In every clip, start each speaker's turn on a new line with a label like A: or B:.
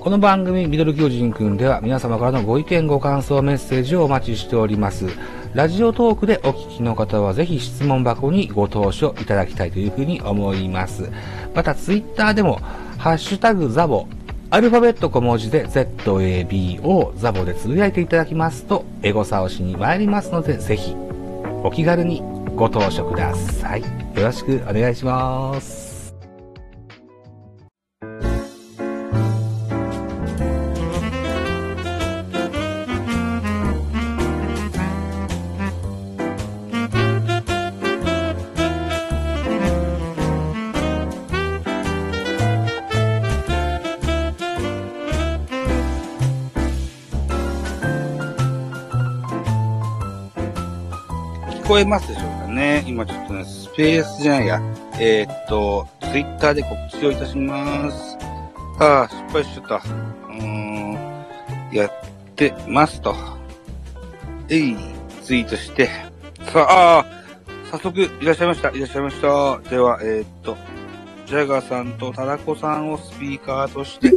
A: この番組「ミドル巨人くん」では皆様からのご意見ご感想メッセージをお待ちしておりますラジオトークでお聞きの方はぜひ質問箱にご投書いただきたいというふうに思いますまたツイッターでも「ハッシュタグザボ」アルファベット小文字で ZABO ザボでつぶやいていただきますとエゴサをしに参りますのでぜひお気軽にご投書くださいよろしくお願いします聞こえますでしょうかね今ちょっとね、スペースじゃないや。えーっと、ツイッターで告知をいたします。ああ、失敗しちゃった。うーん、やってますと。えい、ツイートして。さあ、あー早速、いらっしゃいました。いらっしゃいました。では、えーっと、ジャガーさんとタラコさんをスピーカーとして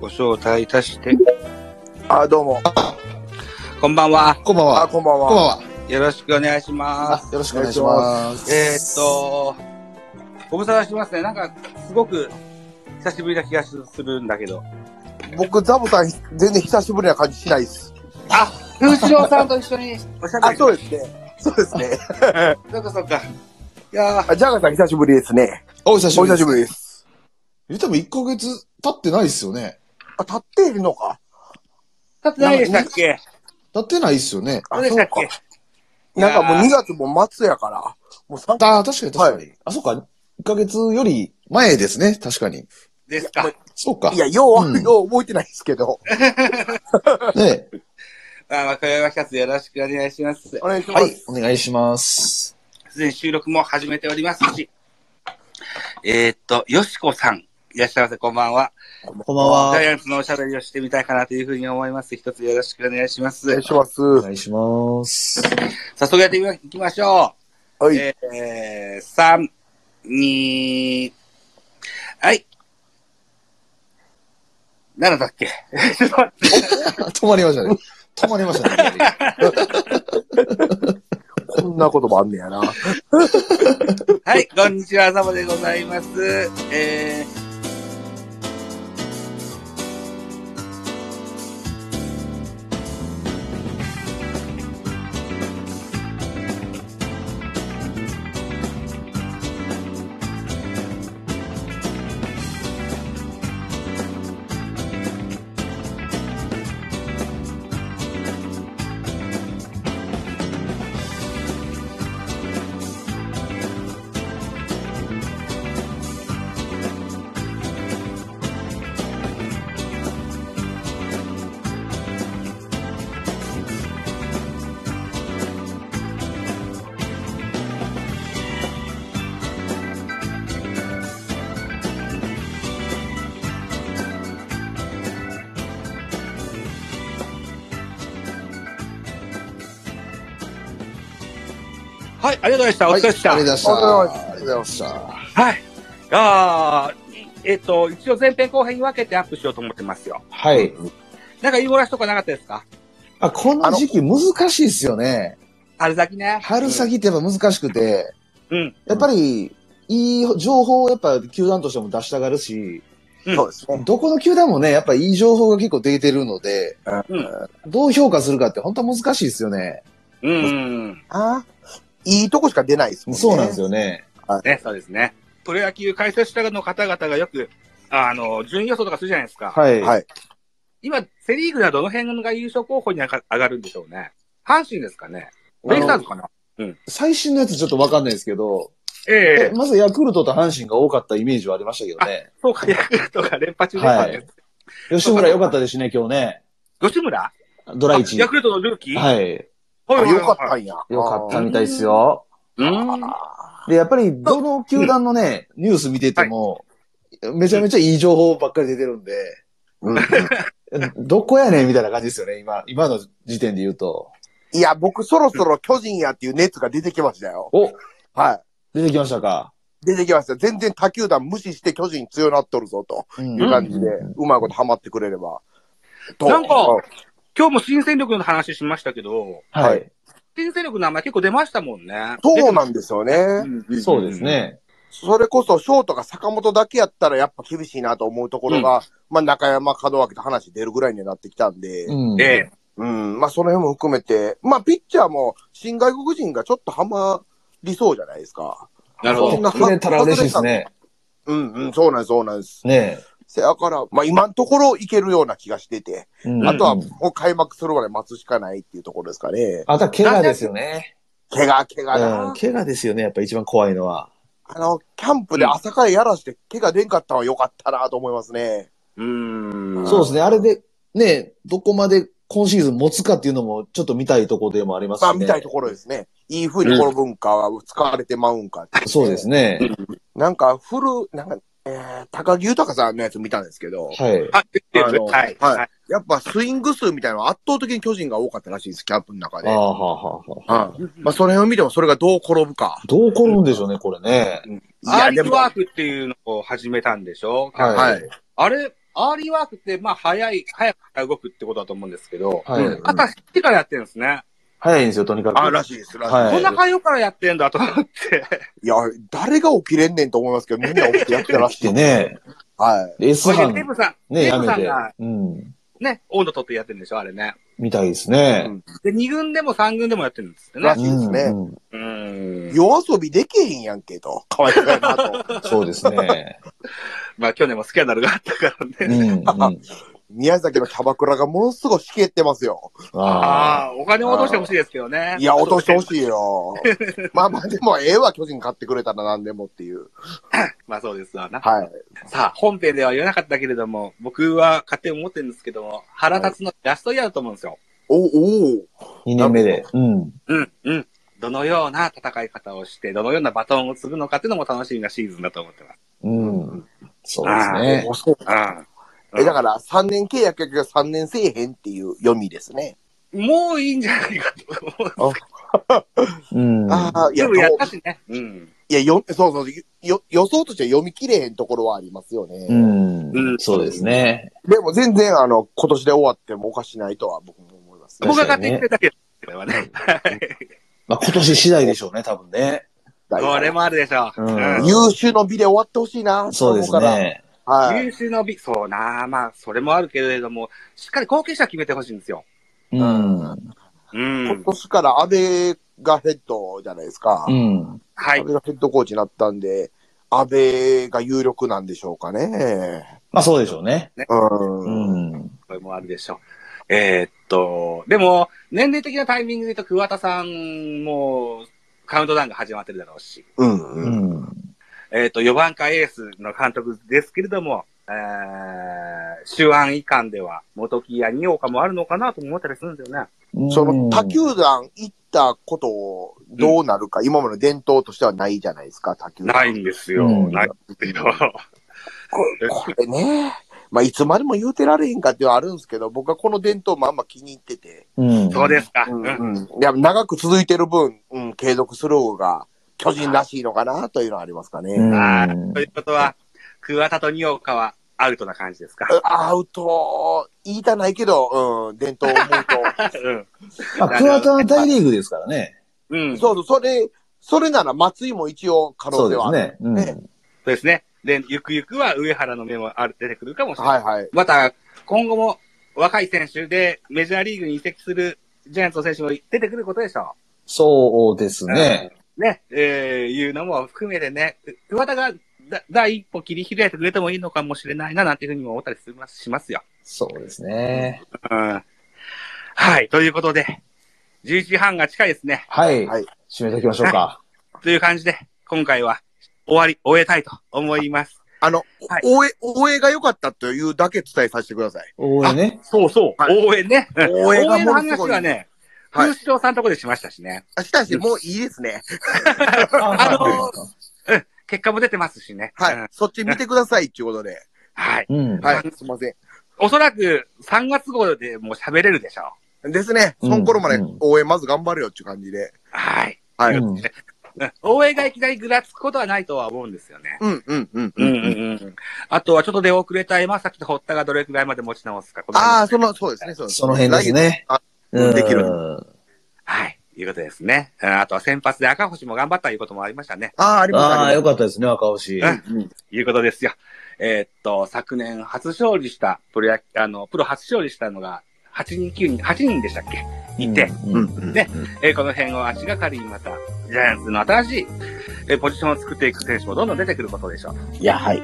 A: ご招待いたして、
B: あ、どうも。
A: こんばんは。
C: こんばん
B: あ、
C: は。
B: こんばん
C: こんばん
B: は。
C: は。
A: よろしくお願いします。
C: よろしくお願いします。
A: えーっと、ご無沙汰してますね。なんか、すごく、久しぶりな気がするんだけど。
B: 僕、ザボさん、全然久しぶりな感じしないです。
A: あ、風潮さんと一緒におしゃべ
B: あ、
A: り。
B: そうですね。そうですね。
A: そうか、そうか。いやー、
B: あ、ジャガさん久しぶりですね。
C: お久し
B: お
C: ぶり
B: 久し
C: です。
B: ぶりです。
C: 言っても1ヶ月経ってないですよね。
B: あ、立っているのか。
A: 立ってないでしたっけ
C: 経ってないですよね。
A: ど
B: あ
A: うでしたっけ
B: なんかもう
A: い
B: 2
A: や
B: 月も末やから、もう3
C: ああ、確かに確かに。あ、そうか。1ヶ月より前ですね。確かに。
A: ーですか。
C: そうか。
B: いや、ようは、
C: うん
B: よう覚えてないですけど。
C: ね
A: あー、若山一つよろしくお願いします。
B: お願いしま
C: はい
B: す。、
C: お願いします。
A: すでに収録も始めておりますし。えーっと、よしこさん。いらっしゃいませ、こんばんは。
C: こんばん
A: ジ
C: は。
A: ャイアンツのおしゃべりをしてみたいかなというふうに思います。一つよろしくお願いしま
B: お願
A: す
B: い。します。
C: お願いします。
A: 早速やっていきましょう。
B: はい。
A: えー、三、二、はい。何だっけ ちょっと待って
C: 止まりましたね。止まりました ね。
B: こんなこともあんねやな。
A: はい、こんにちは、あざまでございます。えーはい、ありがとうございました。お疲れ
C: はい、あ
A: 様
C: り
A: でした。
C: がとうございまし
B: お
C: た。
B: 疲れ様でした
C: ありがとうございました。
A: はい。あーえっ、と、一応前編後編に分けてアップしようと思ってますよ。
C: はい。
A: なんか言い漏らしとかなかったですか
C: あ、この時期難しいですよね。
A: 春先ね。
C: 春先ってやっぱ難しくて。
A: うん。
C: やっぱり、いい情報をやっぱ球団としても出したがるし、
A: うん
B: そうですね。
C: どこの球団もね、やっぱいい情報が結構出てるので、
A: うん。
C: どう評価するかって本当は難しいですよね。
A: うん。
B: あいいとこしか出ないですもんね。
C: そうなんです
B: よ。
C: よね。
A: ね、そうですね。プロ野球解説者の方々がよく、あの、順位予想とかするじゃないですか。
C: はい。
B: はい
A: 今、セリーグではどの辺が優勝候補に上が上がるんでしょうね。阪神ですかね。ベイスターズかな
C: 最新のやつちょっとわかんないですけど、え
A: ええ
C: まずヤクルトと阪神が多かったイメージはありましたけどね。
A: そうか、ヤクルトが連覇中でしたね。
C: はい吉村良かったですね、今日ね。
A: 吉村
C: ドライチ
A: あヤ。クルトのルーキーい。
C: はい。
A: ほ
B: あ
A: いほい
B: よ
A: ほ
B: か
A: い
B: ったんや。
C: 良かった
B: あー
C: みたいですよ。
A: うーん。
C: で、やっぱりどの球団のね、ニュース見てても、めちゃめちゃいい情報ばっかり出てるんで、
B: うん
C: どこやねんみたいな感じですよね、今、今の時点で言うと。
B: いや、僕そろそろ巨人やっていう熱が出てきましたよ。
C: お
B: は
C: 出てきましたか。
B: 出てきました。全然他球団無視して巨人強なっとるぞと
C: うん
B: いう感じで、うまいことハマってくれれば。と
A: なんか
B: うん
A: 今日も新戦力の話しましたけど、
C: は
B: はいい。
A: 新戦力の名前結構出ましたもんね。
B: そうなんですよね。
A: ん
C: そうです。ね。
B: それこそ、ショートが坂本だけやったらやっぱ厳しいなと思うところが、まあ中山門脇と話出るぐらいになってきたんで、
C: うん
A: ええ。
B: うん、まあその辺も含めて、まあピッチャーも新外国人がちょっとハマりそうじゃないですか。
A: なるほど
C: そう。ですね。たら嬉しいですね。
B: うんうん、そうなんです、そうなんです。
C: ね
B: せやから、まあ今のところいけるような気がしてて、
C: え。うん
B: あとは
C: うん
B: もう開幕するまで待つしかないっていうところですかね。
C: あとは怪我ですよね。
B: 怪我、怪
C: うん
B: 我な。
C: 怪我ですよね。やっぱ一番怖いのは。
B: あの、キャンプで朝からやらして怪我出んかったのは良かったなと思いますね。
A: うーん。
C: そうですね。あれで、ねえ、どこまで今シーズン持つかっていうのもちょっと見たいところでもありますし
B: まあ
C: ね。
B: 見たいところですね。いい風にこの文化は使われてまうんかって。
C: そうですね。
B: なんか、古、なんか、えー、高木豊さんのやつ見たんですけど、
C: はい。
A: あ、出てる
B: あの
A: はい。
B: はい
A: はい。
B: やっぱスイング数みたいなのは圧倒的に巨人が多かったらしいです、キャンプの中
C: あ
B: で。
C: あ、はあ、はあはあ。
B: うんまあ、その辺を見てもそれがどう転ぶか。
C: どう転ぶんでしょうね、これね。。
B: い
A: アー
B: や、
A: リ
B: で
A: ー
B: も、
A: ワー
B: は
A: クっていうのを始めたんでしょ
B: はい
A: あれ、アーリーワークって、まあ、早い、早くから動くってことだと思うんですけど、
C: はい
B: うん
A: 肩知ってからやってるんですね。
C: 早いんですよ、とにかく。
B: あ、らしいです、らしい
C: は
B: で
A: こ
B: す。
A: んな早くからやってんだと思って。
B: いや、誰が起きれんねんと思いますけど、みんな起きてやってら
C: 来
B: し てい。
C: ね。
B: はい。
C: S
A: そ
C: 班
A: テープさん、テ
C: ね、
A: ー
C: や
A: プ
C: め
A: さん
C: て
A: が。
C: うん。
A: ね、温度取ってやってるんでしょ、あれね。
C: みたいですね。
A: で、2軍でも3軍でもやってるんですってね
B: ら。しいですね
C: うんうん
A: うーん。
B: 夜遊びでけへんやんけと。かわいそうやなと。
C: そうですね。
A: まあ、去年もスキャンダルがあったからね。
C: うん。うん
B: 宮崎のキャバクラがものすごいしけってますよ。
C: ああ。
A: ああ、お金を落としてほしいですけどね。
B: いや、落としてほ
A: い。
B: しいよ。まあまあ、でも、ええわ、巨人買ってくれたら何でもっていう。
A: まあそうですわな。
B: はい。
A: さあ、本編では言えなかったけれども、僕は勝手に思ってるんですけども、原達のラストイヤーだと思うんですよ。
B: お、おう
C: 2年目で。うん。
A: うん、うん。どのような戦い方をして、どのようなバトンを継ぐのかっていうのも楽しみなシーズンだと思ってます。
C: うん。そうですね。
B: おそう
A: あ
B: え、だから、3年契約やけど3年せえへんっていう読みですね。
A: もういいんじゃないかと思う。
C: うん。
B: ああ、い
A: で
B: や、
A: もやっ
B: どう
A: たしね。うん。
B: いや、よ、そうそう、よ、予想としては読み切れへんところはありますよね。
C: う。
A: うんん
C: そうですね。
B: でも全然、あの、今年で終わってもおかしないとは僕も思いますね。
A: 僕が勝手に言ってたけど、これは ね。
C: まあ今年次第でしょうね、多分ね。
A: これもあるでしょう。
C: うん
A: うん
B: 優秀の美で終わってほしいな、
C: そうです
B: と思うから。
C: ね。
B: はい。
A: 優秀の美、そうなあまあ、それもあるけれども、しっかり後継者決めてほしいんですよ。
C: うん。
A: う
B: 今
A: ん。
B: 年から安倍がヘッドじゃないですか。
C: うん。
A: は
B: 安
A: い。
B: 倍がヘッドコーチになったんで、安倍が有力なんでしょうかね。
C: まあそうでしょうね。
B: うん。
C: うん。
A: これもあるでしょう。えーっと、でも、年齢的なタイミングで言うと、桑田さんも、カウントダウンが始まってるだろうし、
B: うん。
C: う
B: うん。
C: ん。
A: えーっと、4番かエースの監督ですけれども、えー、手腕以下では、元木や二岡もあるのかなと思ったりするんですよね。
B: その、他球団行ったことをどうなるか、今までの伝統としてはないじゃないですか、他球団。
A: ないんですよ。
C: うん
A: ないんですよ。
B: ここれね、まあ、いつまでも言うてられへんかっていうのはあるんですけど、僕はこの伝統もあんま気に入ってて、
C: う ん。
A: そうですか。
B: う
A: うんん
B: うん、いや長く続いてる分、うん、継続する方が巨人らしいのかなというのはありますかね。
C: うん
A: あーということは、桑田と二岡はアウトな感じですか。
B: アウト、言いたないけど、うん、伝統を思
A: う
B: う
A: ん。
C: まあ、クワタは大リーグですからね。
A: うん。
B: と。
A: そう
B: そうそう、それ、それなら松井も一応可
C: そ
B: 能
C: うで
B: 性はある。
C: すね。うん。
A: ですね。で、ゆくゆくは上原の目もある出てくるかもしれない。
B: はいはい。
A: また、今後も若い選手でメジャーリーグに移籍するジャイアンツの選手も出てくることでしょ
C: そうです
A: う。
C: ね。
A: うん。ね、えー、いうのも含めてね、桑田がだ第一歩切り開いてくれてもいいのかもしれないな、なんていうふうにも思ったりしますしますよ。
C: そうですね。
A: うん。はい、ということで、11時半が近いですね。
C: はい。
B: はい
C: 締めておきましょうか。
A: という感じで、今回は終わり、終えたいと思います。
B: あの、
A: はい
B: 応援、応援が良かったというだけ伝えさせてください。
C: 応援ね。
A: そうそう。応援ね。
B: 応援が
A: の
B: ものす
A: 話
B: ごい
A: はね、
B: はい
A: 空城さんのとこでしましたしね。
B: あしたし、もういいですね。
C: あ
A: 結果も出てますしね。
B: は
A: うん
B: い。そっち見てくださいっていうことで。
A: はい。
C: うん。
B: はい。すいません。
A: おそらく3月号でもう喋れるでしょう。
B: ですね。
C: う
B: そ
C: ん
B: の頃まで
C: うん
B: 応援まず頑張るよっていう感じで。
A: はい。
B: は
C: う
B: い。
C: ん
A: 大江がいきなりぐらつくことはないとは思うんですよね。
B: うんうんうん
A: うんうんうん。あとはちょっと出遅れた山崎と堀田がどれくらいまで持ち直すか。この辺
B: ああ、その、そうですね、そうです
C: その辺です。ね。
B: あ
C: うん
B: できる
A: はい。いうことですね。うんあとは先発で赤星も頑張ったということもありましたね。
B: ああ、ありました
C: ああ、
B: あり
C: よ
B: まし
C: かったですね、赤
A: う
C: 星。
A: ん
B: たうん
A: いうことですよ。えーっと、昨年初勝利した、プロ野、あの、プロ初勝利したのが、8人、9人、8人でしたっけいて、
C: うん
B: うんうん
A: ねえーこの辺を足がかりにまた、ジャイアンツの新しい、えーポジションを作っていく選手もどんどん出てくることでしょう。
C: いや、はい。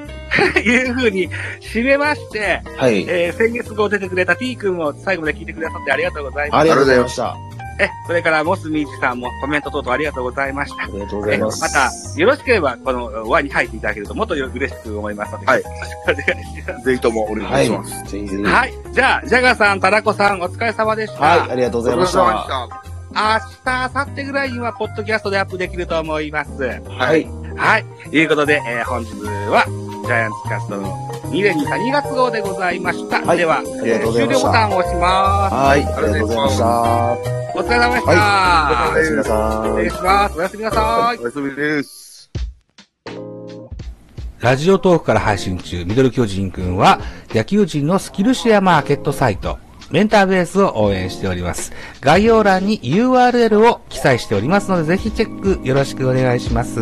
A: というふうに、締めまして、
C: はい。
A: えー先月号出てくれた T 君も最後まで聞いてくださってありがとうございます。
C: ありがとうございました。
A: え、それから、モスミーチさんもコメント等々ありがとうございました
C: あ。りがとうございます。
A: また、よろしければ、この輪に入っていただけると、もっと嬉しく思いますので。
B: はい
A: よろしくお願いします。
B: ぜひともお
C: は
B: 願い
C: い
B: します。。
C: ぜひぜひは
A: はい。じゃあ、ジャガーさん、タラコさん、お疲れ様でした。
C: い、ありがとうございまし
B: お疲れ様で
C: た。
A: 明
B: た。
A: 日、明後日ぐらいには、ポッドキャストでアップできると思います。は
C: はい。
A: い。ということで、えー本日は、ジャイアンツキャストの2年に2月号でございました。
C: はい
A: では、
C: ありがとうござい
A: 終
C: ま
A: 了
C: し
A: ボ
C: た。
A: タンを押しま
C: はい、ありがとうございました。
A: す。お疲れ様でした。
B: は
C: おやすみなさい
A: 失。礼します。おやすみなさい。
B: おやすみです。
A: ラジオトークから配信中、ミドル巨人くんは、野球人のスキルシェアマーケットサイト、メンターベースを応援しております。概要欄に URL を記載しておりますので、ぜひチェックよろしくお願いします。